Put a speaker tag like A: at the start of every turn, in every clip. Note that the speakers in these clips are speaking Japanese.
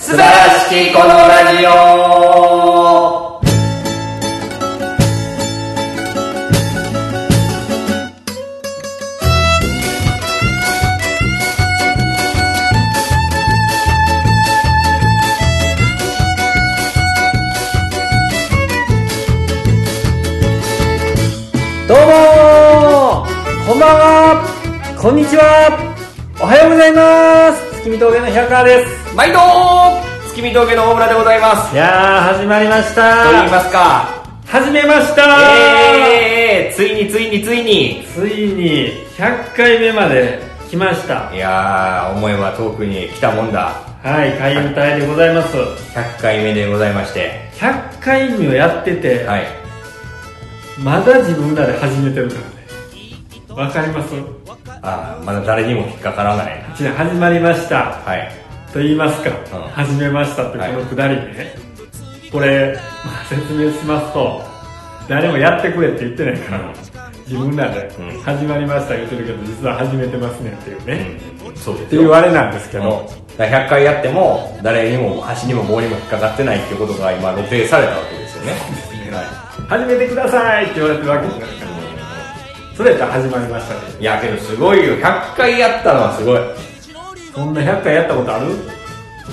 A: しこのラジオ
B: どうもーこんばんはこんにちはおはようございます月見峠の平川です
A: 毎度月見峠の大村でございます
B: いやー始まりまし
A: と言い
B: た
A: ますか
B: 始めました
A: えー、ついについについに
B: ついに100回目まで来ました
A: いやー思えば遠くに来たもんだ
B: はい海運隊でございます
A: 100回目でございまして
B: 100回目をやってて、
A: はい
B: まだ自分らで始めてるからねわかります
A: あーまだ誰にも引っかからない
B: じゃあ始まりました
A: はい
B: と言いますか、
A: ん
B: 始めましたってこのくだりね、これ、まあ、説明しますと誰もやってくれって言ってないから自分らで
A: うん
B: 「始まりました」言ってるけど実は始めてますねっていうね、
A: うんそうで
B: っ
A: す
B: ていう
A: よ
B: あれなんですけ
A: あ
B: ど
A: の、だから100回やっても誰にも箸にも棒にも引っかかってないってことが今露呈されたわけですよねは
B: 始めてくださいって言われてるわけじゃないからそれやったら始まりましたね
A: いいやけどすごいよ100回やったのはすごい
B: そんな100回やったことある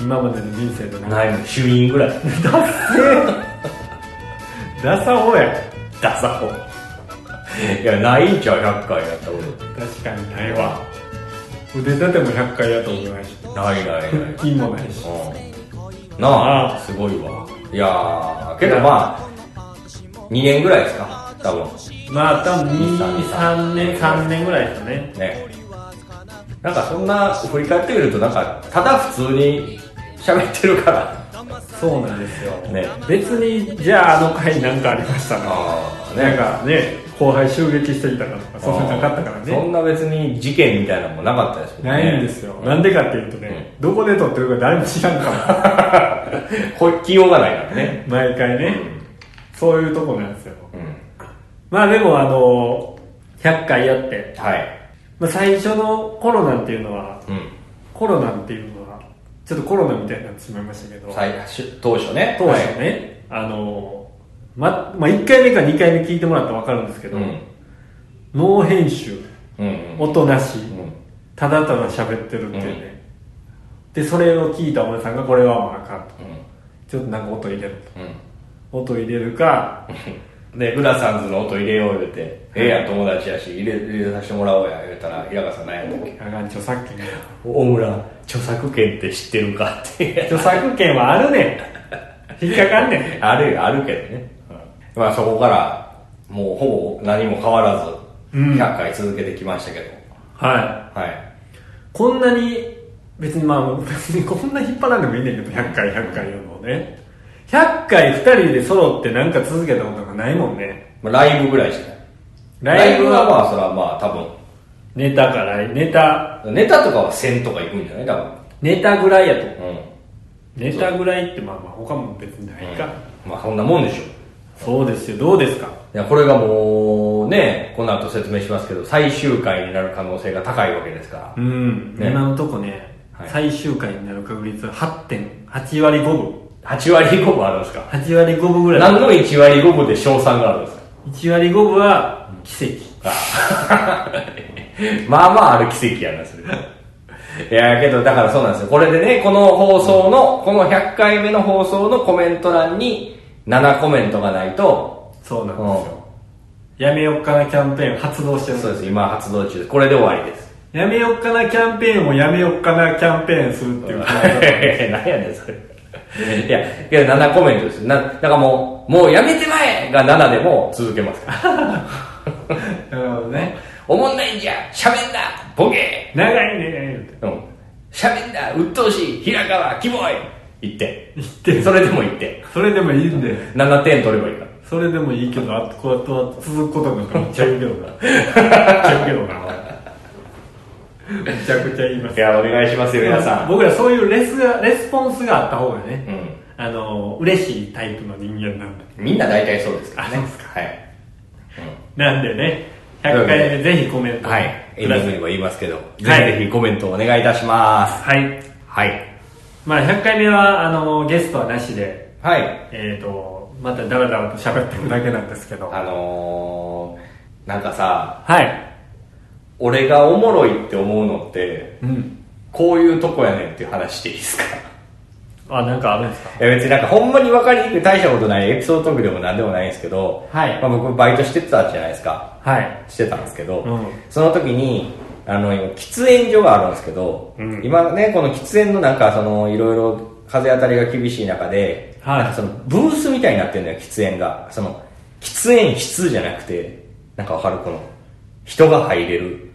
B: 今までの人生でな
A: ないもん衆院ぐらい
B: ダッセーダサ男や
A: ダサほいやないんちゃう100回やったこ
B: 確かにないわ腕立ても100回やったことないし
A: とないないない
B: 腹筋もないし
A: うんなあ
B: ああ
A: すごいわいやーけどまあ2年ぐらいですか多分
B: まあ多分
A: 二三年
B: 23年3年ぐらいですかね
A: ねなんかそんな振り返ってみるとなんかただ普通に喋ってるから
B: そうなんですよ
A: ね
B: 別にじゃああの回なんかありましたか
A: ああ
B: なんかね後輩襲撃してきたかとかそんななかったから
A: そ
B: ね
A: んな別に事件みたいなのもなかったですもね
B: ないんですよ、なんでかっていうとね、どこで撮ってるか誰も知らんから
A: こ着ようがないからね
B: 毎回ね、そういうとこなんですよ
A: うん
B: まあでもあの100回やって、
A: はい
B: まあ、最初のコロナっていうのは
A: うん
B: コロナっていうのはちょっとコロナみたいになってしまいましたけど、
A: 最当初ね
B: 当初ね、あのままあ、1回目か2回目聞いてもらったら分かるんですけど、
A: はい
B: ノー編集
A: うんうんうん
B: 音な
A: う
B: し、
A: ん
B: ただただ喋ってるっていうね、でそれを聞いたおじさんがこれはもうあかんとちょっとなんか音入れる
A: うんうん
B: と音入れるか
A: で、グラサンズの音入れよう言うて、ええやん友達やし、入れ入れさせてもらおうや言うたら、平川さん何やったっけ
B: あかん著作権 が
A: 大村、著作権って知ってるかって。
B: 著作権はあるねん引っかかんねん
A: あるよ、あるけどね。まあそこから、もうほぼ何も変わらず、
B: うん
A: 100回続けてきましたけど。
B: はい
A: はい。
B: こんなに別にまあ別にこ んな引っ張らんでもいいねんけど100回100回言うのをね100回2人で揃ってなんか続けたことがないもんね
A: まあライブぐらいしかない。ライブはまあそれはまあ多
B: ネタからネタ
A: 分、ネタとかは1000とか行くんじゃない多
B: ネタぐらいやと
A: 分。うん。
B: ネタぐらいってまあまあ他も別にないか、
A: まあそんなもんでしょ。
B: そうですよどうですか
A: いやこれがもうね、この後説明しますけど、最終回になる可能性が高いわけですから
B: う。ん、
A: ね
B: 今のとこね、
A: はい
B: 最終回になる確率は8.8割5分
A: 8割5分あるんですか
B: 8割5分ぐらい
A: 何の1割5分で賞賛があるんですか
B: 1割5分は奇跡、
A: あまあまあある奇跡やなそれいやけどだからそうなんですよこれでねこの放送のこの100回目の放送のコメント欄に7コメントがないと
B: そうなん
A: う
B: です
A: ん
B: よ、やめよっかなキャンペーン発動してるんです
A: そうです今発動中ですこれで終わりです
B: やめよっかなキャンペーンをやめよっかなキャンペーンする っていう
A: 何やねんそれいやけど7コメントですなだからもうもうやめてまえが7でも続けますから
B: なるほどね
A: おもんないんじゃ喋んなボケ
B: 長いね
A: うん。喋んな、鬱陶しい、平川、キモい言って。言って。それでも言って。
B: それでもいいんで
A: 7点取ればいいか
B: それでもいいけどあとこうやって続くことなんかめっちゃ言うけどなめっちゃ言うけどな俺めちゃくちゃ言いま
A: ら。
B: す
A: いや、お願いしますよ、皆さん。
B: 僕らそういうレスがレスポンスがあった方がね、
A: うん。
B: あの嬉しいタイプの人間なんで
A: みんな大体そうですからね。
B: あそうです
A: はい。
B: なんでね100回目ぜひコメ
A: う
B: ント
A: ん。
B: くだ
A: は
B: さ
A: い。エンディングにも言いますけど、
B: はい
A: ぜひぜひコメントお願いいたします。
B: はい
A: はい。
B: まあ100回目はあのゲストはなしで
A: はい。
B: えっ、とまたダラダラと喋ってるだけなんですけど
A: あのー、なんかさ、
B: はい
A: 俺がおもろいって思うのって、
B: うん
A: こういうとこやねんっていう話していいですか
B: あなんかあるんですか
A: いや別になんかほんまに分かりにくい大したことないエピソードトークでもなんでもないんですけど、
B: はい
A: まあ、僕バイトしてたじゃないですか。
B: はい
A: してたんですけど、
B: うん
A: その時にあの今喫煙所があるんですけど、
B: うん
A: 今ねこの喫煙のなんかそのいろいろ風当たりが厳しい中で、
B: はい
A: なんかそのブースみたいになってるんだよ喫煙がその喫煙室じゃなくてなんかわかるこの人が入れる、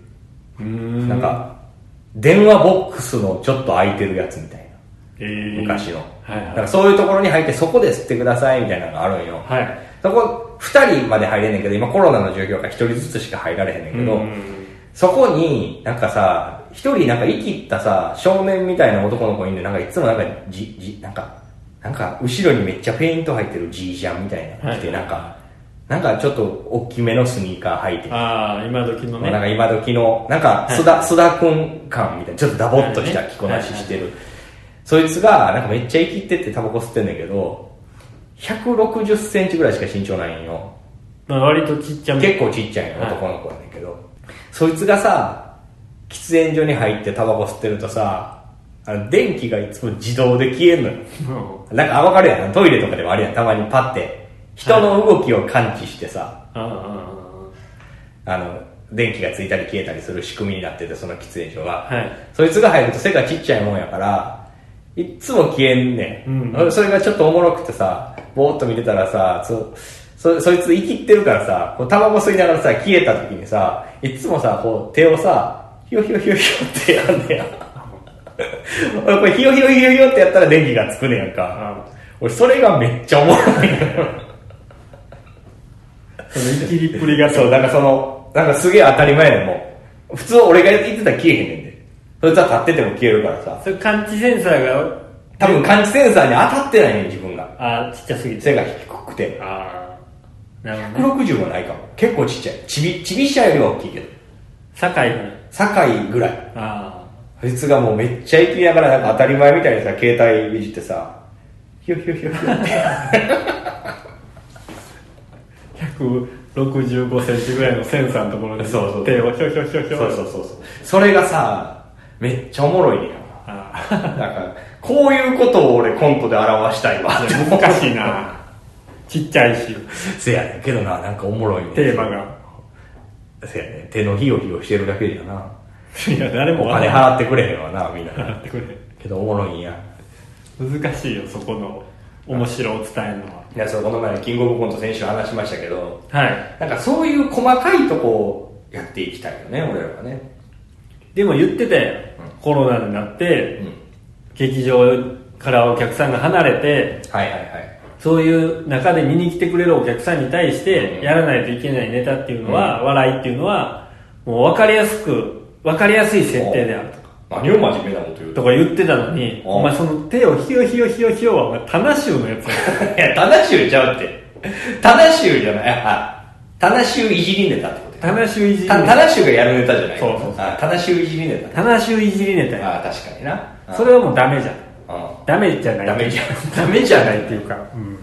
B: うーん
A: なんか電話ボックスのちょっと空いてるやつみたいな
B: えー
A: 昔の、
B: はい
A: なん
B: は
A: か
B: い
A: そういうところに入ってそこで吸ってくださいみたいなのがあるんよ、
B: はい
A: そこ2人まで入れんねんけど今コロナの状況から1人ずつしか入られへんねんけど、
B: うん
A: そこになんかさ1人なんか生きったさ少年みたいな男の子いんでなんかいつもなんかじじなんかなんか後ろにめっちゃフェイント入ってるじいちゃんみたいなの着て、
B: はい
A: なんかなんかちょっと大きめのスニーカー履いて
B: ああ今時のね
A: なんか今時の、なんか須田、須田くん感みたいな、ちょっとダボっとした着こなししてる。そいつが、なんかめっちゃ生きてってタバコ吸ってんだけど、160センチぐらいしか身長ないんよ。
B: まあ割とちっちゃめ
A: 結構ちっちゃいの
B: はい
A: 男の子やねんけど、そいつがさ、喫煙所に入ってタバコ吸ってるとさ、あの電気がいつも自動で消えんのよ。
B: うん
A: なんかあわかるやん。トイレとかでもあるやん。たまにパって。人の動きを感知してさ、
B: ああ
A: あの、電気がついたり消えたりする仕組みになってて、その喫煙所は。
B: はい
A: そいつが入ると背がちっちゃいもんやから、いっつも消えんねん。
B: う
A: それがちょっとおもろくてさ、ぼーっと見てたらさ、そ、そそいつ生きってるからさ、こう、タバコ吸いながらさ、消えた時にさ、いっつもさ、こう、手をさ、ひよひよひよひよってやんねや。 俺これひよひよひよひよってやったら電気がつくねやんか。俺それがめっちゃおもろいねん。
B: ああその生きりっぷり
A: いや
B: が
A: そう、なんかその、なんかすげえ当たり前でもう。普通俺が言ってたら消えへんねんで。そいつは立ってても消えるからさ。
B: それ感知センサーが
A: 多分感知センサーに当たってないねん、自分が。
B: ああちっちゃすぎて
A: 背が低くて。
B: ああなるほどね
A: 160もないかも。結構ちっちゃい。ちび、ちびしゃよりは大きいけど。
B: 堺のね
A: 堺ぐらい。
B: あ
A: そいつがもうめっちゃ生きながらなんか当たり前みたいにさ、携帯いじってさ、 ひよひよひよひよって。
B: あ165センチぐらいのセンサーのところで
A: そうそう
B: 手をひょひょひょひょ
A: そうそうそうそう。それがさ、めっちゃおもろいねんよ
B: あ
A: な。なんか、こういうことを俺コントで表したいわ
B: あ。難しいなちっちゃいし
A: せやねんけどな、なんかおもろいねん
B: テーマが
A: せやね手のひよひよしてるだけじゃな。
B: いや誰も
A: お金払ってくれへんわな、みんな。
B: 払ってくれ
A: けどおもろいんや。
B: 難しいよそこの面白を伝えるのはい
A: や、そう、この前のキングオブコント選手話しましたけど、
B: はい
A: なんかそういう細かいとこをやっていきたいよね、俺らはね。
B: でも言ってたよコロナになって、
A: うん。
B: 劇場からお客さんが離れて
A: はいはいはい。
B: そういう中で見に来てくれるお客さんに対し
A: う
B: て
A: ん
B: やらないといけないネタっていうのは、笑いっていうのはもう分かりやすく分かりやすい設定であるとか
A: 何を真面目なこと言う
B: とか言ってたのに、
A: うん
B: お前その手をひよひよひよひよはお前タナシューのやつや
A: いや、タナシューちゃうって。タナシューじゃない。あ、タナシューいじりネタってこと
B: タナシューいじり
A: タタナシューがやるネタじゃない。
B: そうそうそう
A: あタナシューいじりネ
B: タナシューいじりネタや
A: タ。あ、確かにな。
B: それはもうダメじゃん
A: うん。
B: ダメじゃない
A: ダメじゃん
B: ダメじゃないっていうか、うん、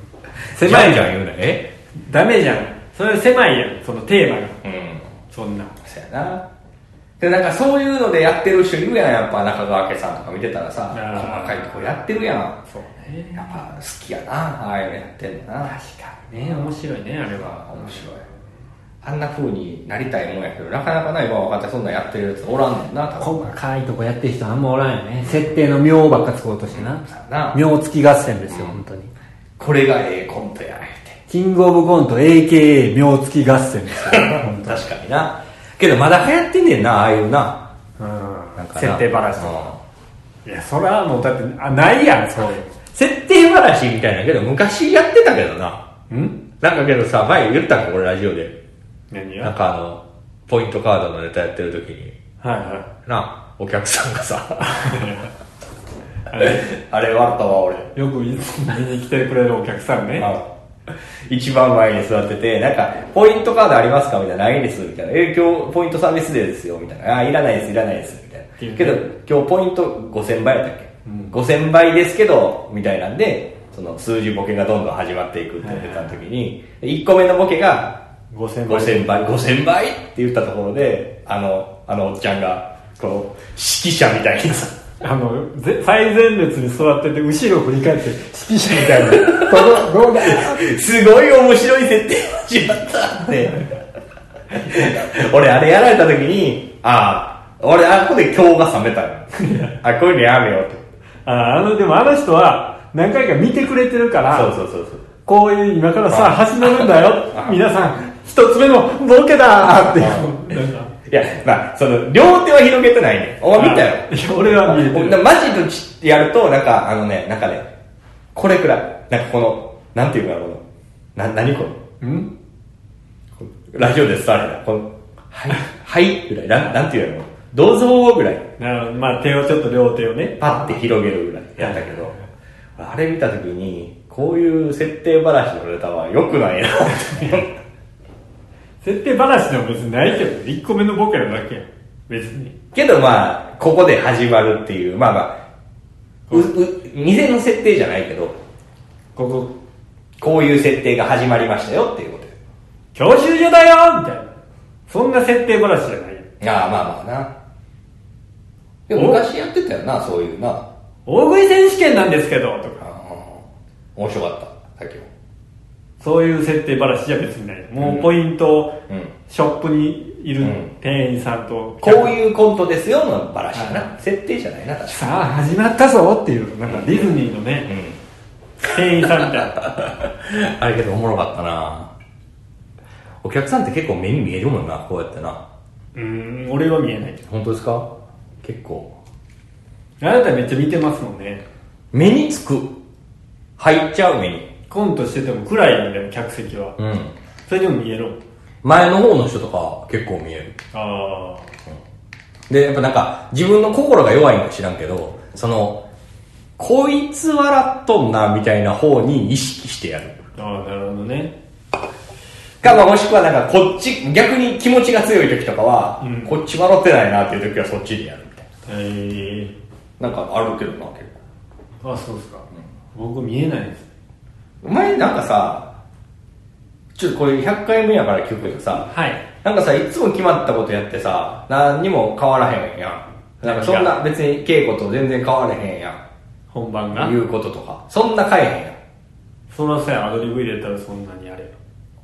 A: 狭
B: 狭
A: いじ
B: いじゃ
A: ゃ
B: ん
A: ん言うなえ
B: ダメじゃんそれ狭いやんそのテーマが
A: うん
B: そんな
A: そやなでなんかそういうのでやってる人いるやんやっぱ中川家さんとか見てたらさ
B: あー
A: 細かいとこやってるやん
B: そうね
A: やっぱ好きやなああいうのやってんのな
B: 確かにね面白いねあれは
A: 面白いあんな風になりたいもんやけどなかなかな今若手そんなんやってるやつおらんねんな多分
B: 細かいとこやってる人あんまおらんよね設定の妙ばっか使おうとしてな
A: な
B: 妙付き合戦ですよ、本当に
A: これがええコントや言
B: キングオブコント AKA 妙付き合戦 ですよ
A: うて確かになけどまだ流行ってんねんなああいうな
B: う
A: なん
B: ん
A: かな
B: 設定バラシとか
A: うん
B: いやそれはもうだってあないやんそうい
A: 設定話みたいなけど昔やってたけどな
B: うのん
A: なんかけどさ、前言ったんか、俺ラジオで。
B: 何
A: なん
B: や
A: かあの、ポイントカードのネタやってる時に、
B: はいは
A: な、お客さんがさ、
B: いあれ
A: あれ笑ったわ、俺。
B: よくいつも見に来てくれるお客さんね
A: あの一番前に座ってて、なんか、ポイントカードありますかみたいな、ないです、みたいな。え、今日、ポイントサービスデーですよ、みたいな。あ、いらないです、いらないです、みたいな。けど、今日ポイント5000倍やったっけ
B: うん
A: 5000倍ですけど、みたいなんで、その数字ボケがどんどん始まっていくって言ってた時に、1個目のボケが、
B: 5000倍
A: 5000倍、5000倍って言ったところで、あの、あのおっちゃんが、この、指揮者みたいにさ、
B: あのぜ最前列に座ってて後ろを振り返って指揮者みたい なこの動画
A: すごい面白い設定になっちまったって。俺、あれやられた時に、ああ、俺、あっこで今日が冷めたよ。あ、こういうのやめようって。
B: ああのでもあの人は何回か見てくれてるから
A: そうそうそうそう。
B: こういう今からさ始まるんだよ皆さん一つ目のボケだーっていうなんか
A: いや、まあ、その、両手は広げてないね。お前見たよ。
B: いや俺は見えてる
A: なマジでちってやると、なんか、あのね、なんかね、これくらい。なんかこの、なんていうかな、この、な、何この、
B: うん
A: このラジオで伝わるな。この、はい、はい、ぐらい。なん、なんていうの銅像ぐらい。
B: なるほどまあ手をちょっと両手をね
A: パッて広げるぐらいやったけど、あれ見たときに、こういう設定話のネタは良くないな って。
B: 設定話でも別にないけど1個目のボケなだけやん別に
A: けどまあ、ここで始まるっていう、まあまあ、う、う、店の設定じゃないけど、
B: ここ
A: こういう設定が始まりましたよっていうこ
B: 教習所だよみたいなそんな設定話じゃない
A: とああ、まあまあな。でも昔やってたよな、そういうな。あ
B: 大食い選手権なんですけどとか
A: あ面白かった、さっきも。
B: そういう設定話じゃ別にないもうポイントを、
A: うん
B: ショップにいる
A: うん
B: 店員さんと、
A: こういうコントですよの話やな。設定じゃないな、確か
B: さあ始まったぞっていうなんかディズニーのね、
A: に。うん
B: 店員さんみたい な
A: あれけどおもろかったなお客さんって結構目に見えるもんな、こうやってな。
B: うーん俺は見えないけ
A: 本当ですか結構。
B: どあなためっちゃ見てますもんね
A: 目につく。入っちゃう目に。
B: コントしてても暗いんだよ客席は、
A: うん。
B: それでも見えろ
A: 前の方の人とか結構見える。
B: あ
A: で、やっぱなんか自分の心が弱いのか知らんけど、その、こいつ笑っとんなみたいな方に意識してやる。
B: ーあーなるほどね
A: か、まあ、もしくはなんかこっち、逆に気持ちが強い時とかは、
B: うん
A: こっち笑ってないなっていう時はそっちでやるみたい
B: え
A: な。なんかあるけどな、結構。
B: ー、あそうですか、僕見えないです
A: お前なんかさ、ちょっとこれ100回目やから聞くけどさ、
B: はい
A: なんかさ、いつも決まったことやってさ、何にも変わらへんやん。なんかそんな別に稽古と全然変わらへんや
B: 本番が
A: ん。いうこととか。そんな変えへんやん。
B: その際アドリブ入れたらそんなにあれよ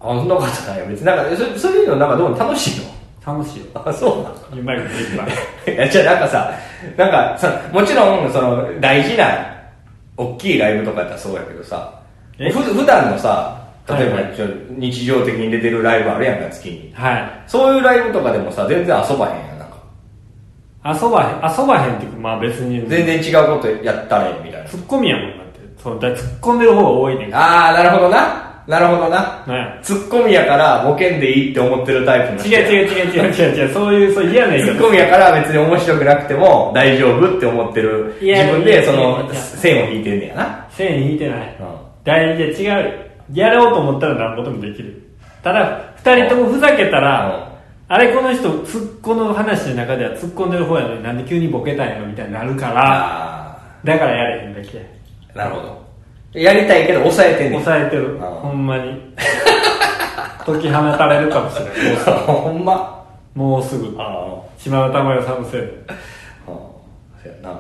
A: あ、そんなことないよ。別になんか、そそういうのなんかどうも楽しいの
B: 楽しいよ
A: あ、そうなの
B: うまいことできた
A: いや、じゃあなんかさ、なんかさ、もちろん、その、大事な、大きいライブとかやったらそうやけどさ、
B: え
A: ふ普段のさ、例えば、
B: はいはい
A: ちょ日常的に出てるライブあるやんか、月に。
B: はい
A: そういうライブとかでもさ、全然遊ばへんやん、なんか。
B: 遊ばへん遊ばへんっていうかまあ別に
A: 全然違うことやったらええみたいな。
B: ツッコミやもんだってそのだからツッコんでる方が多いねんか
A: あー、なるほどな。なるほどな。
B: らね
A: ツッコミやからボケんでいいって思ってるタイプの
B: 違う
A: 人。う。
B: 違う違う違う違う違うそういうそういう嫌な
A: ツ
B: 言い
A: ッ
B: 方
A: コミやから別に面白くなくても大丈夫って思ってる
B: いや
A: 自分
B: いや
A: で
B: い
A: そ
B: やいや
A: の
B: いや
A: 線を引いてんねやな。
B: 線引いてない
A: うん
B: 大事違うやろうと思ったら何こともできるただ二人ともふざけた
A: うん
B: らあれこの人ツッコの話の中では突っ込んでる方やのになんで急にボケたんやろみたいになるから
A: あ
B: だからやれへんだけ
A: ー、なるほど。やりたいけど抑えてんねん。
B: 抑えてる
A: ん
B: ほんまに解き放たれるかもしれないもうす
A: ほんま。
B: ぐもうすぐ
A: あ
B: 島田麻也さんのせいで
A: あ。うんそやな。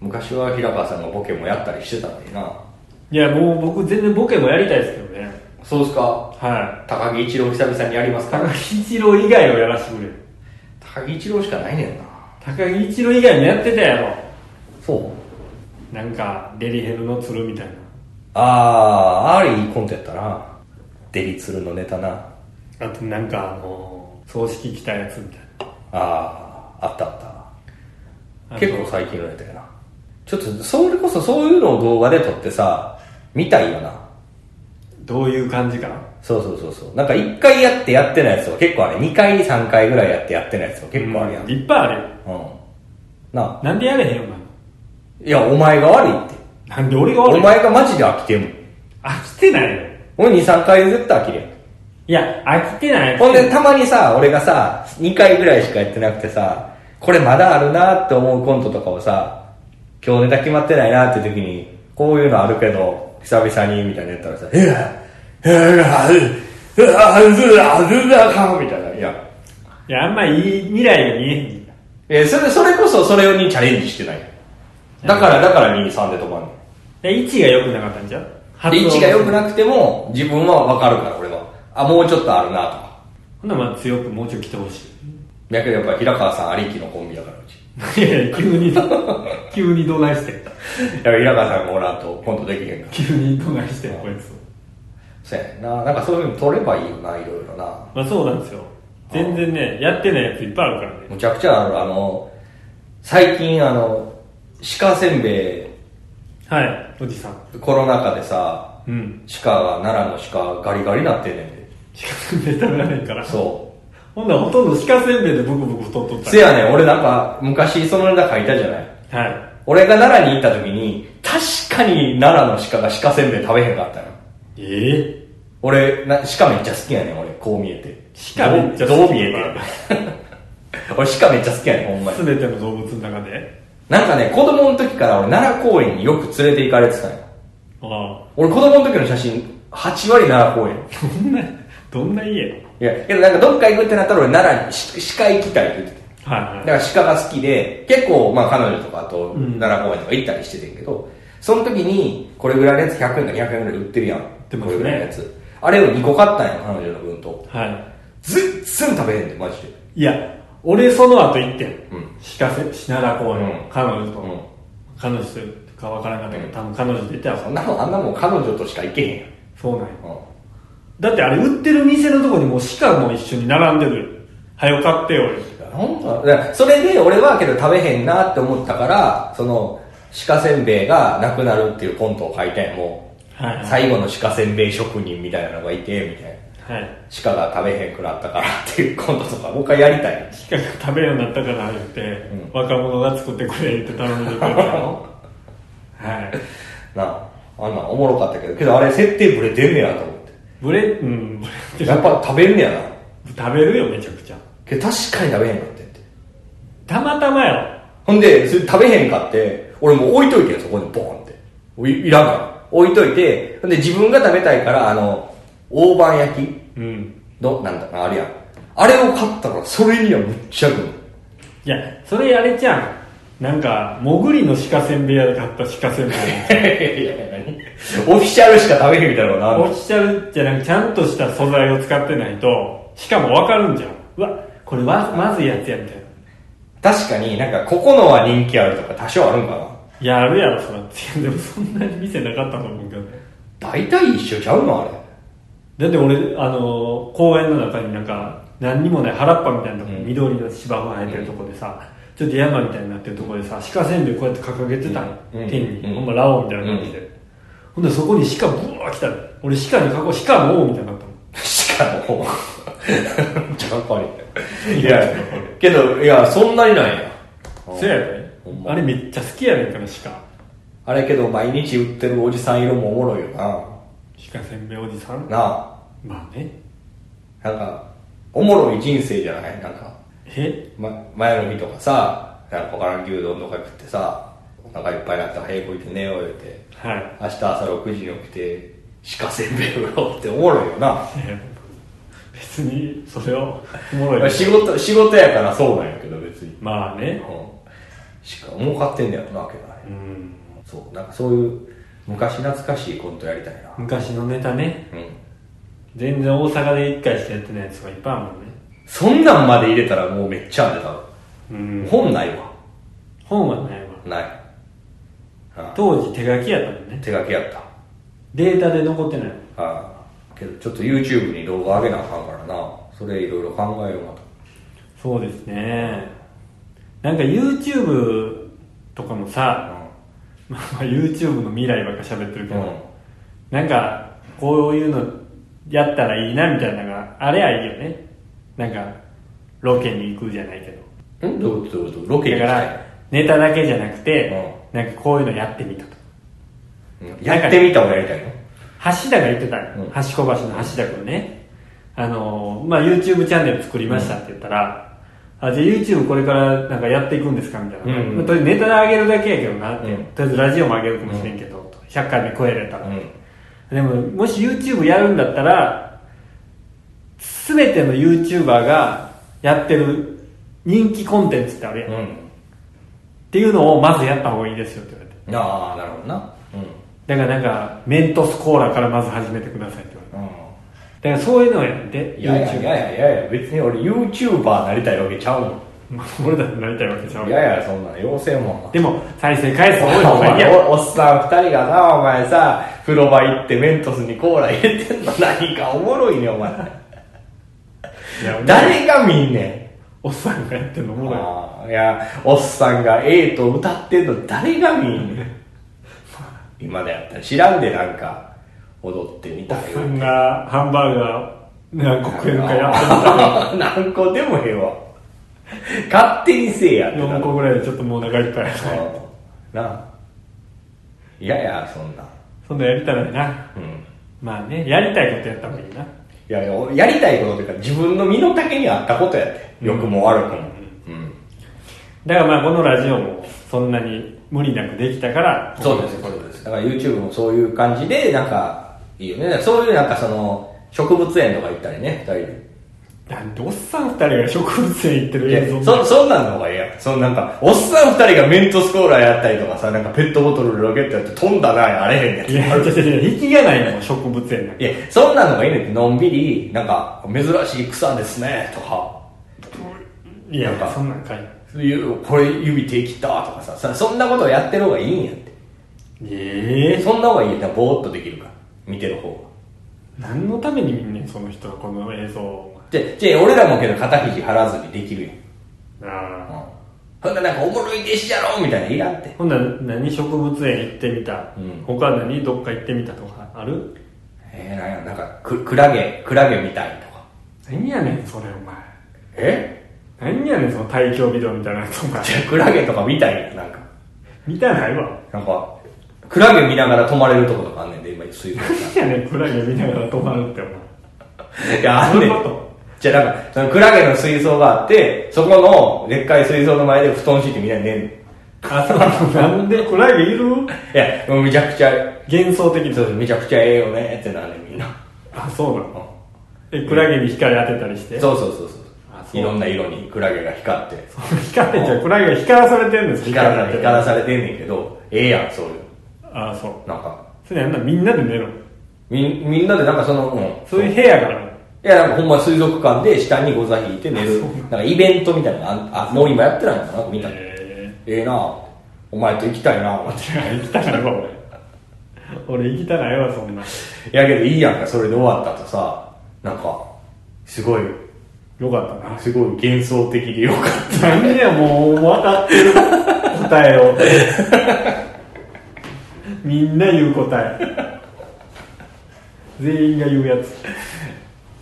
A: 昔は平川さんがボケもやったりしてたのにな。
B: いやもう僕全然ボケもやりたいですけどね
A: そうですか
B: はい
A: 高木一郎久々にやりますか
B: 高木一郎以外をやらせてくれ
A: 高木一郎しかないねんな。
B: 高木一郎以外もやってたやろ
A: そう
B: なんかデリヘルの鶴みたい
A: ああ、あれいいコントやったな。デリツルのネタな。
B: なあとなんかあの葬式来たやつみたい
A: ああ、あったあっ
B: な
A: た。結構最近のネタやな。ちょっと、それこそそういうのを動画で撮ってさ、見たいよな。
B: どういう感じかな
A: そうそうそうそう。なんか一回やってやってないやつは結構あれ、二回三回ぐらいやってやってないやつは結構あるやん。
B: う
A: うんん。
B: いっぱいあるよ
A: なあ。
B: なんでやれへんよお前
A: いや、お前が悪いって。
B: なんで俺が悪
A: お
B: い
A: 前がマジで飽きてんもん。
B: 飽きてないよ
A: 俺二三回絶対飽きれん。
B: いや飽きてない
A: ほんで、たまにさ、俺がさ、2回ぐらいしかやってなくてさ、これまだあるなって思うコントとかをさ、今日ネタ決まってないなって時に、こういうのあるけど、久々に、みたいなやったらさ、えぇえぇえぇえぇえぇえぇえぇみたいな。いや、
B: いや、あんまいい未来が見えへん。
A: えーそれ、それこそそれにチャレンジしてない。だから、だから2、3で止まんねん。
B: で位置が良くなかったんじゃう
A: で位置が良く
B: い。
A: なくても、自分はわかるから、俺は。あ、もうちょっとあるな、とか。
B: ほんならまあ強くもうちょい来てほし
A: だけどやっぱ平川さんありきのコンビだから、うち。
B: い。いやいや、急に、急にどないしてん
A: だから平川さんがおらんとコントできへんから。
B: 急にどないしてんこいつ。
A: そうやねんな。なんかそういうの取ればいいよな、いろいろな。
B: まあそうなんですよ。全然ね、やってないやついっぱいあるからね。
A: むちゃくちゃある、あの、最近あの、鹿せんべい、
B: はい、おじさん。
A: コロナ禍でさ、
B: うん。
A: 鹿が、奈良の鹿ガリガリなってんねんで。
B: 鹿せんべい食べられんから。
A: そ
B: ほんならほとんど鹿せんべいでブクブク太っとっ
A: う。
B: た。
A: せやねん、俺なんか昔そのネタ書いたじゃない。
B: は
A: 俺が奈良に行った時に、確かに奈良の鹿が鹿せんべい食べへんかったよ。
B: い。え
A: 俺な、鹿めっちゃ好きやねん、俺。こう見えて。
B: 鹿めっちゃ好き
A: どうどう見えてん 俺鹿めっちゃ好きやねん、ほんまに
B: す。べての動物の中で
A: なんかね、子供の時から俺奈良公園によく連れて行かれてたんよ。
B: あ
A: 俺子供の時の写真、8割奈良公園。
B: あ。どんな、どんな家
A: いや、けどなんかどっか行くってなったら俺奈良にし鹿行きたいって言ってて。
B: はい
A: だ
B: はい。
A: から鹿が好きで、結構まあ彼女とかと
B: うん
A: 奈良公園とか行ったりしててんけど、その時にこれぐらいのやつ100円か200円ぐらい売ってるやん。
B: てますね
A: これぐらいのやつ。あれを2個買ったんよ、彼女の分と。
B: は
A: ずっつん食べへんで、マジで。
B: い。いや、俺その後行ってん。
A: うん
B: 鹿せ、品田公園、
A: うん
B: 彼女と、
A: うん
B: 彼女とかわからなかったけど、多分彼女と行った
A: そ
B: ら、
A: んなもん、あんなもん彼女としか行けへんやん。
B: そうなんや。
A: うん
B: だってあれ売ってる店のとこにもう鹿も一緒に並んでる。はよ買ってよ。
A: なんだだからそれで俺はけど食べへんなって思ったからその鹿せんべいがなくなるっていうコントを書いたんやもう、
B: はいはい
A: 最後の鹿せんべい職人みたいなのがいてみたいな
B: はい。
A: 鹿が食べへんくなったからっていうコントとかもう一回やりたい
B: 鹿が食べるようになったから言って、
A: うん
B: 若者が作ってくれって頼んでくれた の。はい。
A: なああんなんおもろかったけどけどあれ設定ブレてんねやと思っ
B: ブレ、うん、ブレって
A: て
B: る
A: やっぱ食べんねやな
B: 食べるよ、めちゃくちゃ。
A: けど確かに食べへんかってんて
B: たまたまよ。
A: ほんで、それ食べへんかって、俺もう置いといてよ、そこにボーンって。おいいらんから。置いといて、ほんで自分が食べたいから、あの、大判焼き
B: うん。
A: の、なんだあれやん。あれを買ったから、それにはむっちゃく
B: いや、それやれちゃうなんか、もぐりの鹿せんべい屋で買った鹿せんべ い。
A: いやいや、何オフィシャルしか食べへんみたいなのが
B: オ
A: な
B: フィシャルじゃなくちゃんとした素材を使ってないと、しかもわかるんじゃん。うわ、これわ、まずいやつやみたいな。
A: 確かになんか、ここのは人気あるとか多少あるんかな。
B: いや、あるやろ、そら。いや、でもそんなに店なかったと思うけどね。
A: 大体一緒ちゃうのあれ。
B: だって俺、あのー公園の中になんか、何にもない原っぱみたいなとこ、
A: うん
B: 緑の芝生が生えてるとこでさ、ちょっと山みたいになってるとこでさ、鹿せんべいこうやって掲げてたの。
A: うん
B: 天に。
A: うん
B: ほんまラオウみたいな感じで。ほんでそこに鹿ブワー来たの。俺鹿に囲う、鹿の王みたいになったの。
A: しか も、ちゃんぱり。いや、けど、いや、そんなにないや。
B: そうやで
A: ほん。ま
B: あれめっちゃ好きやねんから、鹿。
A: あれけど毎日売ってるおじさん色もおもろいよな。
B: 鹿せんべいおじさん。
A: な
B: まあね。
A: あ、なんか、おもろい人生じゃないなんか、
B: え
A: ま、前の日とかさ、なんかわからん牛丼とか食ってさ、お腹いっぱいになったら早く行って寝ようよって、
B: はい。
A: 明日朝6時に起きて、鹿せんべい売ろうっておもろいよな。
B: いや別に、それを、おもろい。
A: 仕事、仕事やからそうなんやけど別に。
B: まあね
A: うん。。しか、儲かってんだよな、けどあれ。
B: うん。
A: そう、なんかそういう、昔懐かしいコントやりたいな。
B: 昔のネタね。
A: うん。
B: 全然大阪で一回しかやってないやつがいっぱいあるもんね
A: そんなんまで入れたらもうめっちゃあるで多分。
B: うん
A: 本ないわ
B: 本はないわ
A: ない、あ
B: 当時手書きやったもんね
A: 手書きやった
B: データで残ってない
A: あけどちょっと YouTube に動画上げなあかんからなそれいろいろ考えようなと
B: そうですねなんか YouTube とかもさ、 まあまあ YouTube の未来ばっか喋ってるけど、
A: うん
B: なんかこういうのやったらいいなみたいなのがあれはいいよねなんかロケに行くじゃないけど
A: うんどういうことどういうことロケに
B: だ
A: 行
B: か
A: きた
B: らネタだけじゃなくて、
A: う
B: なんかこういうのやってみたと
A: いうんやってみた俺やりたいの
B: 橋田が言ってたよ、
A: うん
B: 橋小橋の橋田君ね、あのーまあ、YouTube チャンネル作りましたって言ったら、あ、じゃあ YouTube これからなんかやっていくんですかみたいな。
A: うん
B: まあとりあえずネタで上げるだけやけどなって。
A: うん
B: とりあえずラジオも上げるかもしれんけど、と100回目超えれたら。
A: うん
B: でも、もし YouTube やるんだったら、すべての YouTuber がやってる人気コンテンツってあるやん。
A: う
B: っ
A: ん
B: ていうのをまずやった方がいいですよって言われて。
A: ああなるほどなう
B: だからなんか、メントスコーラからまず始めてくださいって言わ
A: ん、
B: れて。だからそういうのをやって、
A: いやいやい
B: YouTube。
A: やいやいや別に俺 YouTuber なりたいわけちゃうも
B: まあ俺だってなりたいわけちゃうん
A: いやいやそんな養成もん
B: でも、再生回数
A: お
B: 多い方がいいやん。
A: おっさん二人がさ、お前さ、風呂場行ってメントスにコーラ入れてんの何かおもろいね、お前。
B: いや
A: 誰が見んね
B: おっさんがやってんのお
A: ん。
B: もろいよ
A: あーいや、おっさんがエイト歌ってんの誰が見んねん。今でやったら知らんでなんか、踊ってみた
B: お
A: い
B: っ。さんがハンバーガー何個食えるかやってみた
A: あー 何個でもええわ。勝手にせえやって
B: い
A: な
B: 4個ぐらいでちょっともうお腹いっぱいや
A: あーなあ。いやいや、そんな。
B: そんなんやりたらいいな
A: うん。
B: まあねやりたいことやった方がいいない
A: やいや、やりたいことというか、自分の身の丈に合ったことやって。良くも悪くも。うん。
B: だからまあこのラジオもそんなに無理なくできたから
A: これです。だから YouTube もそういう感じで、なんか、いいよね。だからそういうなんかその、植物園とか行ったりね、二人で。
B: なんでおっさん2人が植物園行ってる映像
A: いやそ、そんなんの方がいいやん。そのなんか、おっさん二人がメントスコーラやったりとかさ、なんかペットボトルでロケットやって飛んだな、あれへんねん。
B: いや違う違う違う引きがないもん植物園なん
A: い
B: か
A: や、そんなのがいいねって、のんびり、なんか、珍しい草ですね、とか。
B: いや
A: なんか
B: そんなんかい
A: いうこれ指手切ったとかささそんなことをやってる方がいいんやって
B: ええ
A: そんな方がいいやんぼーっとできるから見てる方が
B: 何のために見んねんその人はこの映像を
A: でじゃあ俺らもけど肩肘張らずにできるやん、
B: ああ
A: うん、ほんならなんかおもろい弟子やろみたいないらんって
B: ほんなら何植物園行ってみた、
A: うん
B: 他何どっか行ってみたとかある
A: えー、なんやなんかククラゲクラゲみたいとか
B: 何やねんそれお
A: え
B: 前何やねんその対響ビデオみたいなやつお 前
A: じゃあクラゲとかみたいやんなんか
B: 見たないわ
A: なんかクラゲ見ながら泊まれるとことかあんねんで今水族館
B: 何やねんクラゲ見ながら止まるってお前
A: いやあんねん
B: どういうこと
A: じゃあなんかそのクラゲの水槽があってそこのでっかい水槽の前で布団敷いてみんな寝んねん
B: あそうなんでクラゲいる
A: いや、もうめちゃくちゃ、
B: 幻想的
A: そ
B: に
A: うめちゃくちゃええよねってなるねみんな。
B: あそうなのえクラゲに光当てたりして
A: そうそうそう
B: あ
A: そ。
B: そうう
A: いろんな色にクラゲが光って。
B: 光ってんじゃんクラゲが光らされてるんです
A: 光らされ
B: 光
A: 光ら
B: らさ
A: されてんねんけど、ええやん、そういう
B: あそう
A: の。なんか、
B: それやんなみんなで寝ろ
A: み、みんなでなんかその、うん。
B: そういう部屋から
A: いや、なんかほんま水族館で下にゴザ引いて寝る。なんかイベントみたいなのあん、あ、もう今やってないのかなみんなで。
B: え
A: ええなぁ。お前と行きたいなぁ。
B: えー、行きたないわ俺俺行きたないわそんない
A: やけどいいやんか、それで終わったとさ、なんか、すごい、
B: よかったな
A: すごい幻想的でよかった。
B: 何やもう分かってる答えをみんな言う答え全員が言うやつ、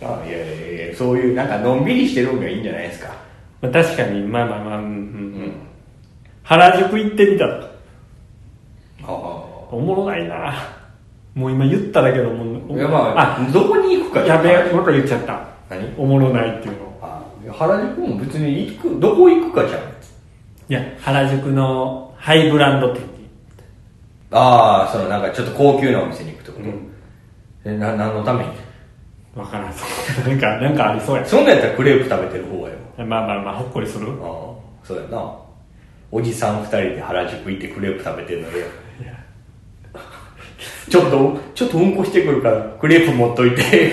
A: あいやいやいやそういうなんかのんびりしてる方がいいんじゃないですか
B: まあ、確かにまあまあまあ、うんうんうん、原宿行ってみたとか
A: あ
B: おもろないなもう今言っただけども
A: いやまあどこに行くか
B: あやべえまた言っちゃった
A: 何
B: おもろないっていうの
A: あ原宿も別に行くどこ行くかじゃん
B: いや原宿のハイブランド店に
A: ああそのなんかちょっと高級なお店に行くってこと、
B: うん
A: えな何のために
B: 分からん そうなんかなんかありそうや
A: そんなんやったらクレープ食べてる方がよ
B: まあまあまあほっこりする
A: ああそうやなおじさん二人で原宿行ってクレープ食べてるのよちょっとちょっとうんこしてくるからクレープ持っといて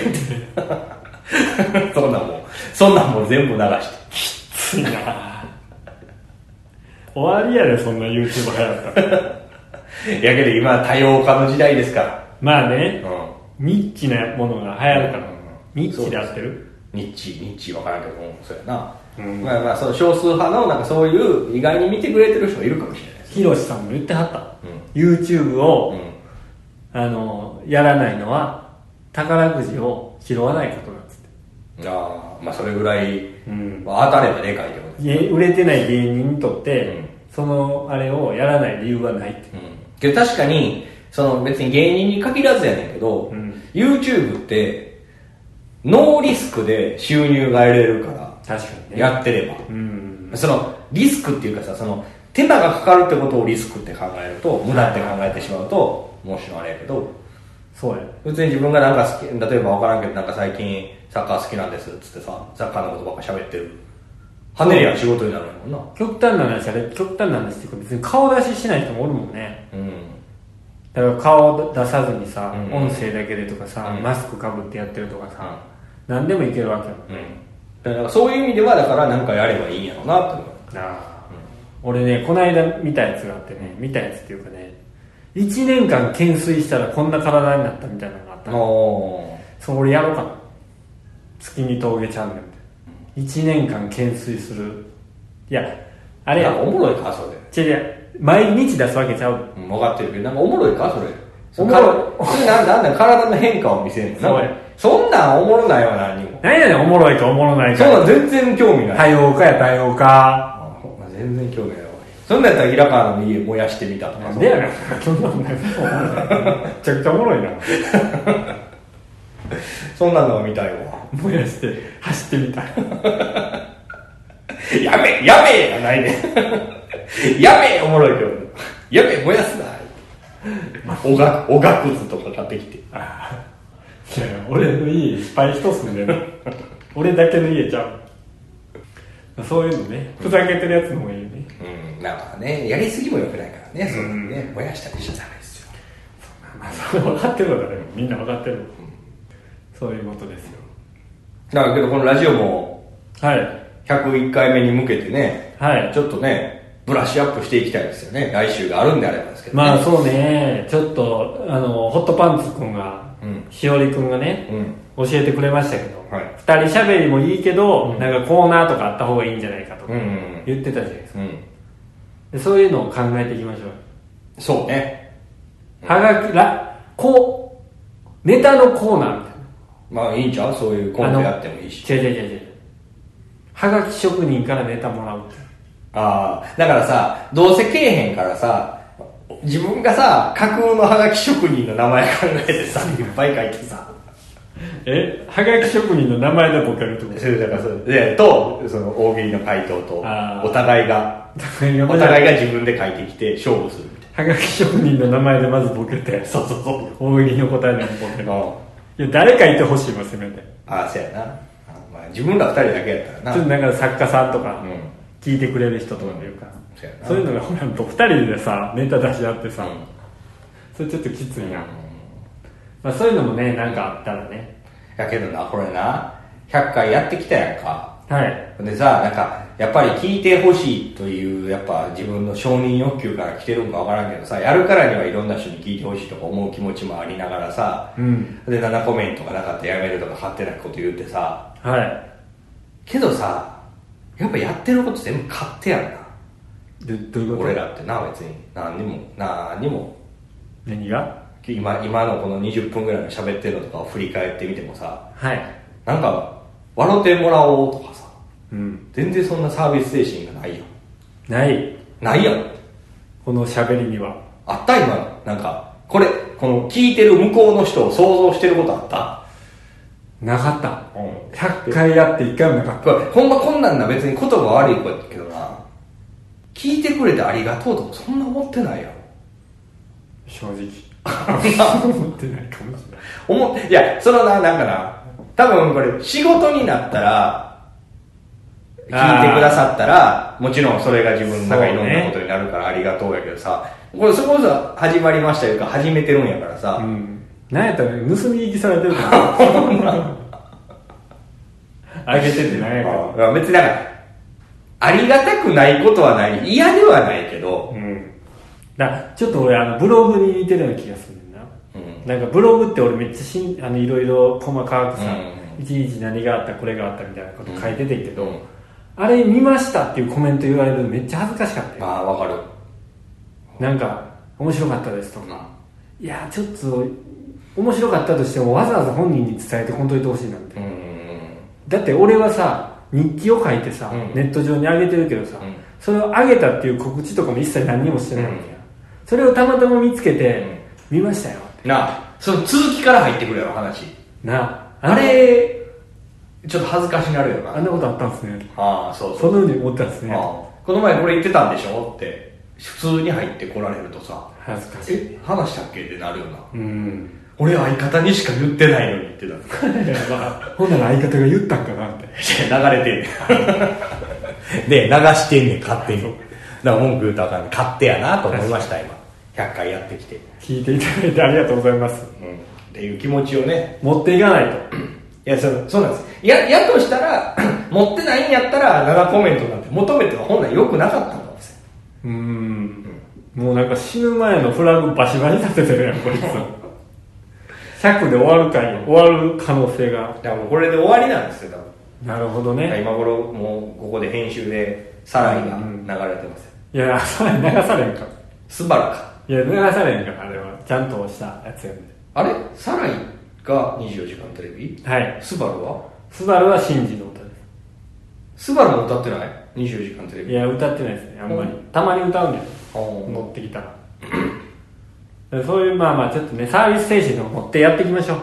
A: そんなんもうそんなんもう全部流して
B: ついな 終わりやでそんな YouTuber 流行ったら
A: いやけど今は多様化の時代ですから、
B: まあ
A: う
B: ね
A: ん、
B: ニッチなものが流行るから
A: うん
B: ニッチで合ってる
A: 日チ日チ分からんけどもそうやな、
B: うん
A: まあまあその少数派のなんかそういう意外に見てくれてる人がいるかもしれないです
B: ヒロシさんも言ってはった、
A: うん
B: YouTube
A: う
B: を、
A: ん
B: あのやらないのは宝くじを拾わないことだっつって
A: ああまあそれぐらい、
B: ん
A: まあ、当たればでかいってことです、
B: いえ売れてない芸人にとって、
A: うん
B: そのあれをやらない理由はないって
A: うん、けど確かにその別に芸人に限らずやねんけど、
B: ん
A: YouTube ってノーリスクで収入が得れるから
B: 確かにね
A: やってれば、
B: うん
A: そのリスクっていうかさその手間がかかるってことをリスクって考えると無駄って考えてしまうともちろんあれやけど
B: そうや
A: 別に自分がなんか好き例えば分からんけどなんか最近サッカー好きなんですっつってさサッカーのことばっか喋ってる跳ねりゃ仕事になるもんな
B: 極端な話あれ極端な話っていうか別に顔出ししない人もおるもんね
A: うん
B: だから顔出さずにさ、
A: うん
B: 音声だけでとかさ、
A: うん
B: マスクかぶってやってるとかさ、何でもいけるわけよ、
A: うんだからそういう意味ではだからなんかやればいいんやろうなって思う
B: ああ、俺ねこの間見たやつがあってね見たやつっていうかね1年間懸垂したらこんな体になったみたいなのがあったの
A: お
B: それ俺やろうかな月見峠チャンネルで1年間懸垂するいやあ
A: あ
B: れ
A: れ
B: や
A: おもろいかそれ
B: 違う違う毎日出すわけちゃう
A: うん分かってるけどなんかおもろいかそれ
B: おもろい
A: かそれなんなんなん体の変化を見せるの
B: そうや
A: なんかそんなんおもろないわ何にも
B: 何やねんおもろいかおもろない
A: そ
B: か
A: んなん全然興味ない、
B: 多様化や多様化
A: あほんま全然興味ないわそんなんやったら平川の家燃やしてみたとか
B: なんでやねんそんなもんないめちゃくちゃおもろいな
A: そんなのが見たいわ
B: 燃やして走ってみた
A: やべえやべえやないね やべえおもろいけどやべえ燃やすなおがおがくずとか買ってきて
B: あいや俺の家いっぱい一つね俺だけの家じゃんそういうのねふざけてるやつの方がいいよね
A: うん、だからね、やりすぎも良くないからね、そういうのね、燃やしたりしちゃダメですよ。
B: まあそれ分かってるのだねみんな分かってる、そういうことですよ
A: だからけど、このラジオも
B: はい
A: 101回目に向けてね、
B: はい
A: ちょっとね、ブラッシュアップしていきたいですよね。来週があるんであればですけど、ね。
B: まあそうねちょっとあのホットパンツくんが、
A: うん
B: しおりくんがね、教えてくれましたけど、
A: はい
B: 二人しゃべりもいいけど、
A: うん
B: なんかコーナーとかあった方がいいんじゃないかとか
A: うん。うん。
B: 言ってたじゃないですか、
A: うん。
B: でそういうのを考えていきましょう
A: そうね。
B: はがき、ら、こう、ネタのコーナーみたいな。
A: まあいいんちゃうそういうコントやってもいいし。
B: 違う違う違う違う。はがき職人からネタもらうっていう。
A: ああ、だからさ、どうせけえへんからさ、自分がさ、架空のハガキ職人の名前考えて さ、いっぱい書いてさ。
B: えはがき職人の名前でボケるってこ
A: それだからそうでとその大喜利の回答と
B: あー
A: お互いが お
B: と
A: 互い
B: い。
A: が自分で書いてきて勝負するみたい
B: はがき職人の名前でまずボケて
A: な、そうそうそう
B: 大喜利の答えでもボケる。いや、誰かいてほしいわ、せめて。
A: ああそうやな、まあ、自分ら二人だけやったら
B: ちょ
A: な
B: っとなんか作家さんとか
A: うん、
B: 聞いてくれる人とかというか
A: そうや、な
B: そういうのがほら、と二人でさ、ネタ出し合ってさ
A: うん、
B: それちょっときついな。まあそういうのもね、なんかあったらね。
A: やけどなこれな100回やってきたやんか
B: はい。
A: でさなんかやっぱり聞いてほしいというやっぱ自分の承認欲求から来てるんかわからんけどさやるからにはいろんな人に聞いてほしいとか思う気持ちもありながらさ、
B: うん
A: で7コメントがなかったらやめるとか勝手なこと言ってさ
B: はい
A: けどさやっぱやってること全部勝手やんな
B: でどういうこと
A: 俺らってな別に何にも何にも
B: 何が
A: 今今のこの20分ぐらいの喋ってるのとかを振り返ってみてもさ
B: はい
A: なんか笑ってもらおうとかさ
B: うん
A: 全然そんなサービス精神がないやん
B: ない
A: ないやん
B: この喋りには
A: あった今のなんかこれこの聞いてる向こうの人を想像してることあった
B: なかった
A: うん
B: 100回やって1回もなかっ
A: これほんまこんなんな別に言葉悪い子やけどな聞いてくれてありがとうとかそんな思ってないやん
B: た正直思ってないかもしれない
A: 思っいや、そのな、なんかな、多分これ、仕事になったら、聞いてくださったら、もちろんそれが自分の中いろんなことになるからありがとうやけどさ、これそこそ始まりましたよか、始めてるんやからさ、
B: うんなんやったら盗み聞きされてるからあげててないやから
A: あ別になんか、ありがたくないことはない、嫌ではないけど、
B: うんだちょっと俺あのブログに似てるような気がするねんな、
A: うん
B: なんかブログって俺めっちゃしんあのいろいろ細かくさ
A: う
B: 一日何があったこれがあったみたいなこと書いててんけど、
A: うん
B: あれ見ましたっていうコメント言われるのめっちゃ恥ずかしかったよ
A: まあ、わかる。
B: なんか面白かったですとか、いやちょっと面白かったとしてもわざわざ本人に伝えてこんといてほしいなんて
A: うん。
B: だって俺はさ日記を書いてさ、
A: うん
B: ネット上に上げてるけどさ、
A: うん
B: それを上げたっていう告知とかも一切何にもしてないわけや、それをたまたま見つけて、見ましたよ
A: なあ、その続きから入ってくるやろ、話。
B: なああれ
A: ちょっと恥ずかしなるよな。
B: あんなことあったんですね
A: ああ、そう
B: そ
A: そう。
B: んなふうに思ってたんですね
A: ああこの前これ言ってたんでしょって、普通に入ってこられるとさ、
B: 恥ずかしい
A: え、話したっけってなるよな。
B: うん
A: 俺相方にしか言ってないのにってなる。
B: ほんなら相方が言ったんかなみたいない
A: や流れてん ねんで流してんねん勝手にだから文句言うとあかんねん勝手やなと思いました今100回やってきて、
B: 聞いていただいてありがとうございます
A: うん、っていう気持ちをね
B: 持っていかないと
A: いやそうそうなんですややとしたら 持ってないんやったら7コメントなんて求めては本来良くなかったんだもん
B: うんもうなんか死ぬ前のフラグバシバシ立ててるやんこいつ 100で終わるかい終わる可能性が
A: だからもうこれで終わりなんですよ多分
B: なるほど
A: なんか
B: ね
A: 今頃もうここで編集でサライが流れてますよ
B: いやそれ流されんか
A: スバラか
B: いや流されんかあれはちゃんとしたやつやんで
A: あれサライが24時間テレビ
B: はい
A: スバルは
B: スバルはシンジの歌で
A: スバルも歌ってない24時間テレビ
B: すいや歌ってないですねあんまり
A: う
B: たまに歌うんだよ
A: うん
B: 乗ってきたらそういうまあまあちょっとねサービス精神を持ってやっていきましょう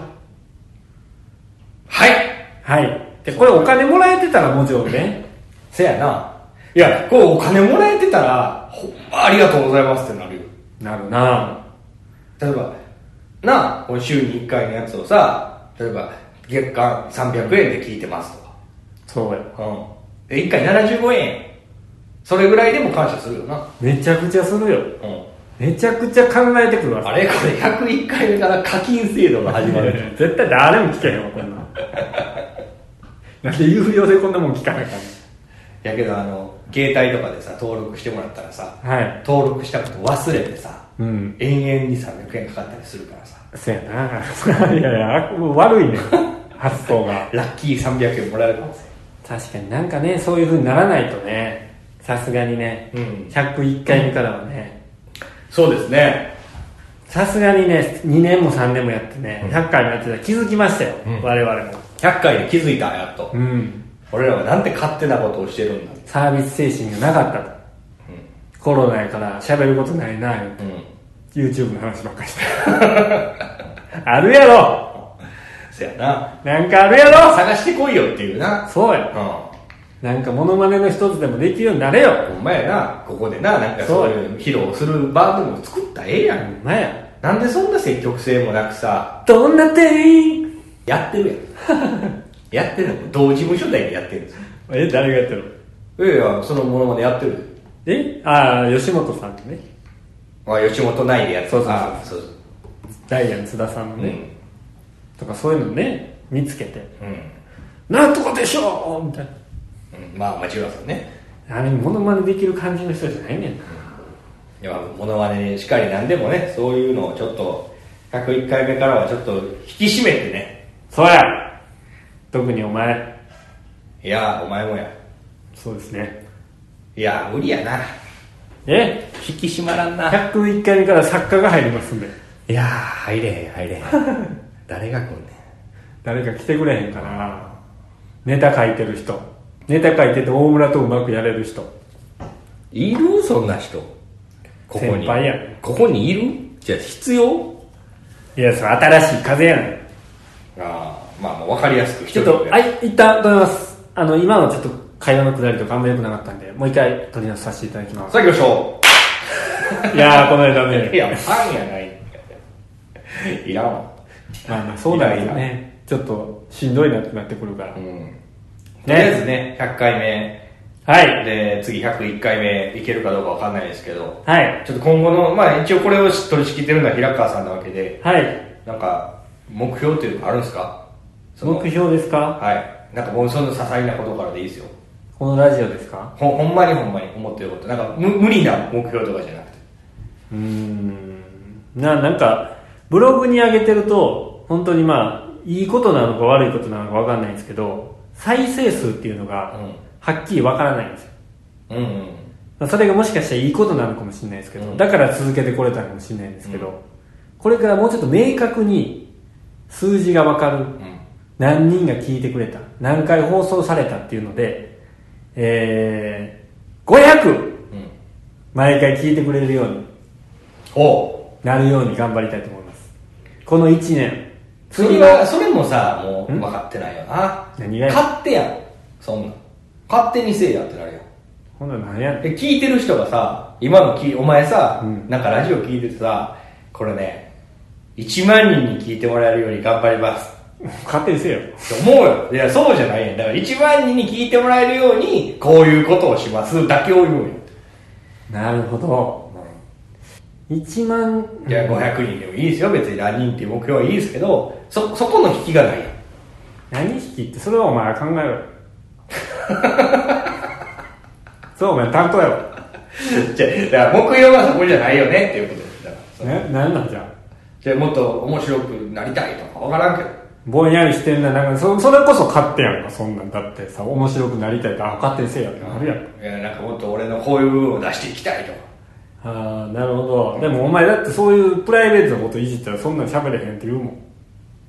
A: はい
B: はいでこれお金もらえてたらもちろんね
A: せやな。いや、こうお金もらえてたら、ほんまありがとうございますってなるよ。
B: なるな
A: 例えば、なあ、この週に1回のやつをさ、例えば、月間300円で聞いてますとか。
B: そうや
A: うん。で、1回75円。それぐらいでも感謝するよな。
B: めちゃくちゃするよ
A: うん。
B: めちゃくちゃ考えてくるわ
A: あれこれ101回目から課金制度が始ま る。
B: 絶対誰も聞けへんわこんなん なんで有料でこんなもん聞かなあか
A: やけど、あの、携帯とかでさ、登録してもらったらさ、
B: んはい
A: 登録したこと忘れてさ、
B: うん
A: 延々に300円かかったりするからさ。
B: そやな いやいや悪いね発想が
A: ラッキー300円もらえるかもし
B: 確かになんかねそういう風にならないとねさすがにね、
A: うん
B: 101回目からはね
A: そうですね。
B: さすがにね2年も3年もやってね100回もやってたら気づきましたよ、
A: ん
B: 我々も
A: 100回で気づいた、やっと。
B: うん
A: 俺らはなんて勝手なことをしてるんだ。
B: サービス精神がなかったと、コロナやから喋ることないな言うて
A: うん。
B: YouTube の話ばっかりして あるやろ
A: そやな。
B: なんかあるやろ
A: 探してこいよっていうな。
B: そう
A: うん。
B: や
A: ほ
B: なんかモノマネの一つでもできるようになれよ
A: んまやな。ここでな、なんかそういう披露する番組を作ったらええや
B: ほ
A: ん。
B: んまや
A: なんでそんな積極性もなくさ、
B: どんな店員
A: やってるやん。 やってるの同事務所でやってるんですよ。
B: え誰がやってるの
A: いやいや、そのものまでやってる。
B: えああ吉本さんのね
A: まあ、吉本内でやってる。
B: そうそうそう
A: あそうそう。
B: ダイアン津田さんのね、
A: ね。
B: とかそういうのね見つけて
A: うん。
B: 「なんとかでしょ!」みたい
A: うんまあ、町浦さんね。
B: なあれモノマネできる感じの人じゃないねんない
A: や、ものまねしっかりなんでもね、そういうのをちょっと、101回目からはちょっと引き締めてね。
B: そうや特にお前
A: いや、お前もや。
B: そうですね
A: いや、無理やな。
B: え
A: 引き締まらんな。
B: 101回目から作家が入りますんで
A: いやー、入れへん、入れへん。 誰が来んね
B: 誰か来てくれへんかなネタ書いてる人ネタ書いてて大村とうまくやれる人
A: ん。いるそんな人。ここに。
B: 先輩や
A: ここにいるじゃあ、必要
B: いやそれ新しい風やねん
A: ああ、まあ、もう分かりやすく一
B: ちょ
A: 人
B: っ
A: で。
B: とはい一旦止めますあの今のちょっと会話のくだりとかあんま良くなかったんでもう一回取り直させていただきます
A: さあ行きましょ
B: いやーこの間ね
A: う。いや、ファンや ない。いらんわ。
B: まあまあそうだよねちょっとしんどいなってなってくるから、
A: うん。とりあえずね、100回目。
B: はい
A: で、次101回目いけるかどうかわかんないですけど、
B: はい
A: ちょっと今後の、まあ一応これを取り仕切ってるのは平川さんなわけで、
B: はい
A: なんか、目標っていうのあるんですかその
B: 目標ですか
A: はい。なんかもうその些細なことからでいいですよ。
B: このラジオですか
A: ほほんまにほんまに思ってること。なんか無無理な目標とかじゃなくて。
B: うーんななんかブログに上げてると本当にまあいいことなのか悪いことなのか分かんないんですけど再生数っていうのが
A: うん
B: はっきり分からないんですよ
A: うんうん。
B: まあそれがもしかしたらいいことなのかもしれないですけど、
A: うん
B: だから続けてこれたのかもしれないんですけど、
A: うん
B: これからもうちょっと明確に数字が分かる、
A: うん。
B: 何人が聞いてくれた何回放送されたっていうので、えー、500
A: うん。
B: 毎回聞いてくれるように
A: おう
B: なるように頑張りたいと思いますこの1年
A: それは、それもさ、もう分かってないよな。
B: 何がや
A: 勝手やん。そんなん。勝手にせいやってなるやん。
B: ほんなら何やねん
A: で聞いてる人がさ、今のきお前さ、
B: うん
A: なんかラジオ聞いててさ、これね、1万人に聞いてもらえるように頑張ります
B: 勝手にせえよ
A: って思うよ。いや、そうじゃないやん。だから1万人に聞いてもらえるように、こういうことをしますだけを言うんよ。
B: なるほど1万
A: いや、500人でもいいですよ。別に何人っていう目標はいいですけど、そ、そこの引きがないやん。
B: 何匹ってそれはお前は考えろよ そうお前担当やろ
A: じゃあだから目標はそこじゃないよねっていうことですだからそう
B: え何なんじゃん
A: じゃあもっと面白くなりたいとか分からんけど
B: ぼんやりしてんななんかそそれこそ勝手やんかそんなんだってさ面白くなりたいってあ勝手にせえやってなるやん
A: いやなんかもっと俺のこういう部分を出していきたいとか
B: ああなるほどでもお前だってそういうプライベートのこといじったらそんなん喋れへんって言うもん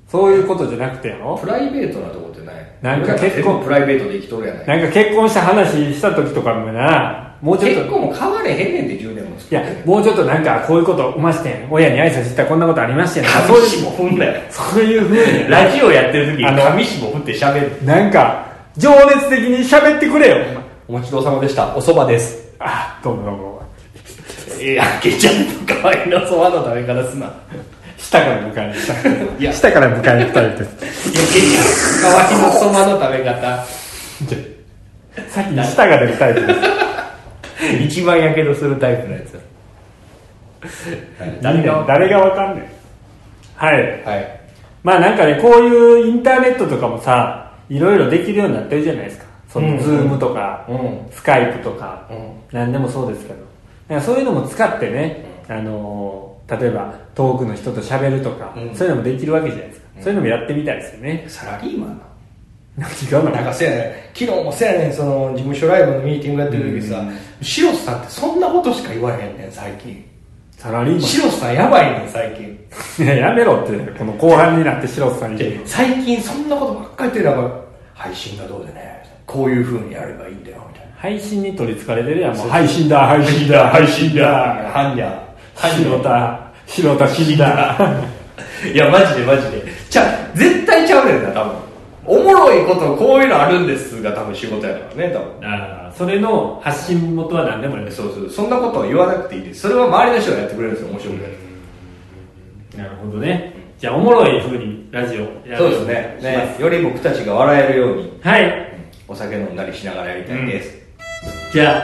B: そういうことじゃなくてやろ
A: プライベートなとこってない
B: なんか結
A: 俺ら
B: 構
A: 全部プライベートで生きとるやない
B: なんか結婚した話した時とかもなもうちょっと
A: 結構もう変われへんねんって10年も
B: いやもうちょっとなんかこういうことおましてん親に挨拶したらこんなことありましてん
A: 紙
B: そういう
A: 芝振んなよ
B: そういうふうに
A: ラジオやってる時
B: あ
A: に
B: の
A: 紙芝振ってしゃべる
B: なんか情熱的に喋ってくれよお前
A: お待ちどうさまでしたおそばです
B: あどうもどうも
A: いやけちゃんと可愛いのそばの食べ方すな
B: 下から迎えに来た
A: いや
B: 下から迎えに来たって
A: いやけちゃん可愛いのそばの食べ方
B: さっき下が出るタイプです
A: 一番やけどするタイプのやつ
B: 誰が誰がわかんねんはい
A: はい
B: まあなんかねこういうインターネットとかもさいろいろできるようになってるじゃないですかその
A: うん
B: ズームとか、
A: うん
B: スカイプとか、
A: うん
B: 何でもそうですけどなんかそういうのも使ってね、あのー例えば遠くの人と喋るとか、
A: うん
B: そういうのもできるわけじゃないですか、そういうのもやってみたいですよね
A: サラリーマンな
B: 何が
A: なん
B: な
A: かせやね昨日もせやねんその事務所ライブのミーティングやってる時さ白瀬さんってそんなことしか言わへんねん最近
B: サラリー
A: 白瀬さんやばいねん最近
B: マンいややめろってこの後半になって白瀬さんに
A: で最近そんなことばっかり言ってるから配信がどうでねこういうふうにやればいいんだよみたい
B: 配信に取りつかれてるやんもう配信だ配信だ配信
A: な
B: だ
A: ハンニャ
B: 白田白田死んだ
A: いやマジでマジでちゃう絶対ちゃうねんな多分おもろいことこういうのあるんですが多分仕事やからね多分
B: あーそれの発信元は何でもいいです
A: そうそうそんなことは言わなくていいですそれは周りの人がやってくれるんですよ面白くやって
B: なるほどねじゃあおもろい風にラジオやる
A: そうですねねより僕たちが笑えるように
B: はい
A: お酒飲んだりしながらやりたいです、
B: じゃ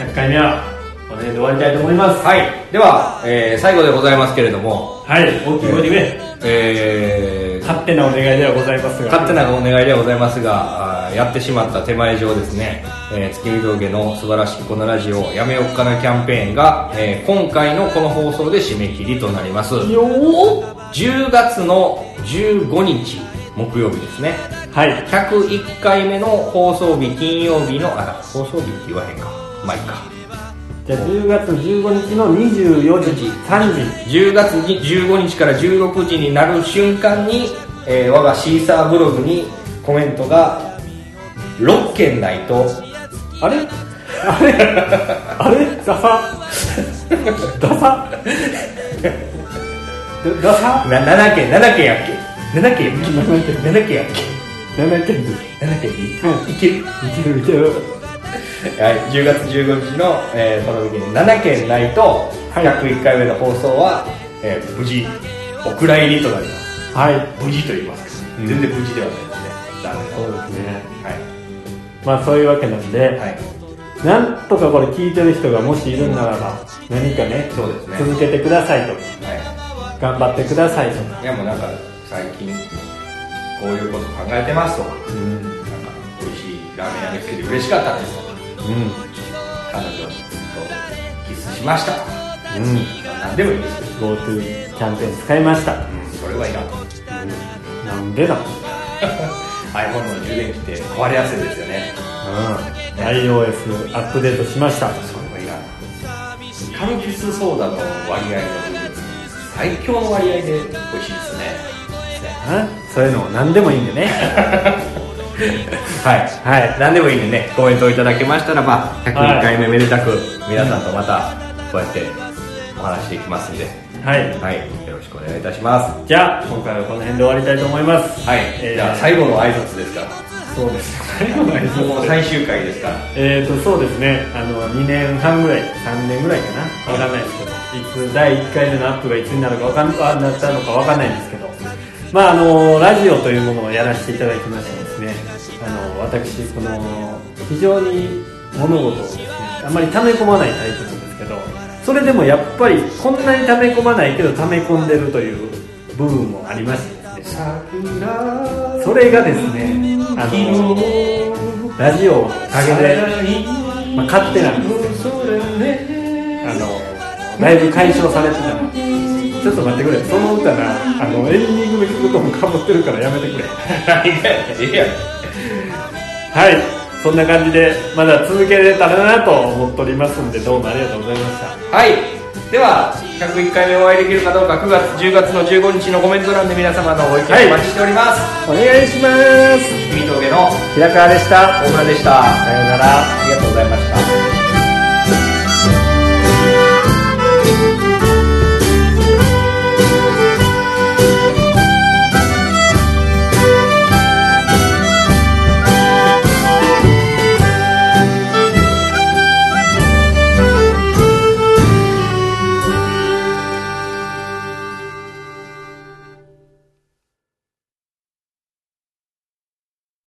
B: あ100回目はこの辺で終わりたいと思います
A: はいでは、えー最後でございますけれども
B: はい大きい声でね
A: えー
B: 勝手なお願いではございますが
A: 勝手なお願いではございますがあーやってしまった手前上ですね、えー、月見峠の素晴らしきこのラジオをやめよっかなキャンペーンが、えー今回のこの放送で締め切りとなります
B: よー
A: 10月の15日木曜日ですね
B: はい
A: 101回目の放送日金曜日のあ放送日って言わへんかまあいいか
B: じゃあ10月15日の24時3時
A: 10月に15日から16時になる瞬間に、えー我がシーサーブログにコメントが6件ないと
B: あれあれあれダサダサダサ
A: な7件7件やっけ7件やっけ7件やっ
B: 7件で
A: け7件でいい、
B: う
A: いける
B: いけるいける
A: はい、10月15日の、えー、その時に7件ないと
B: はい
A: 101回目の放送は、えー無事お蔵入りとなります
B: はい
A: 無事と言いますけど、
B: うん
A: 全然無事ではないですね残
B: そうですね
A: 念は
B: まあそういうわけなんで、
A: い、はい、
B: なんとかこれ聞いてる人がもしいるならば何かね
A: そうですね
B: 続けてくださいと
A: はい
B: 頑張ってくださいと
A: いやもうなんか最近こういうこと考えてますとか
B: うん、うん、
A: なんか美味しいラーメン屋で来て嬉しかったですとか彼女とキスしましたとか何でもいいですよ
B: GoTo キャンペーン使いました、
A: それはいらん
B: なんでだ、うん
A: iPhone の充電器って壊れやすいですよね
B: iOS アップデートしました
A: それはいらんカルピスソーダの割合の最強の割合で美味しいですね
B: あそういうのも何でもいいんでね
A: はい
B: はい
A: 何でもいいんでねコメントをいただけましたらば101
B: はい
A: 回目めでたく皆さんとまたこうやってお話していきますんで
B: はい
A: はい、よろしくお願いいたします。
B: じゃあ今回はこの辺で終わりたいと思います
A: はい、
B: えー
A: じゃあ最後の挨拶ですから。
B: そうです最後の挨拶
A: もう最終回ですから。
B: えー、とそうですねあの2年半ぐらい3年ぐらいかなわかんないですけどいつ第1回目のアップがいつになるかわかんあなったのかわかんないんですけどまああのラジオというものをやらせていただきましてですねあの私この非常に物事をですねあまり溜め込まないタイプなんですけどそれでもやっぱりこんなに溜め込まないけど溜め込んでるという部分もありましてですねそれがですねあのラジオを陰で、まあ、勝手なんですけどあのだいぶ解消されてたのちょっと待ってくれその歌なあのエンディングの曲ともかぶってるからやめてくれ
A: いや、
B: はいそんな感じでまだ続けれたらなと思っておりますんでどうもありがとうございました
A: はい。では、101回目お会いできるかどうか、9月、10月の15日のコメント欄で皆様のご意見
B: はい
A: お待ちしております。
B: お願いします
A: 君峠の
B: 平川でした
A: オーナーでした。
B: さようなら
A: ありがとうございました。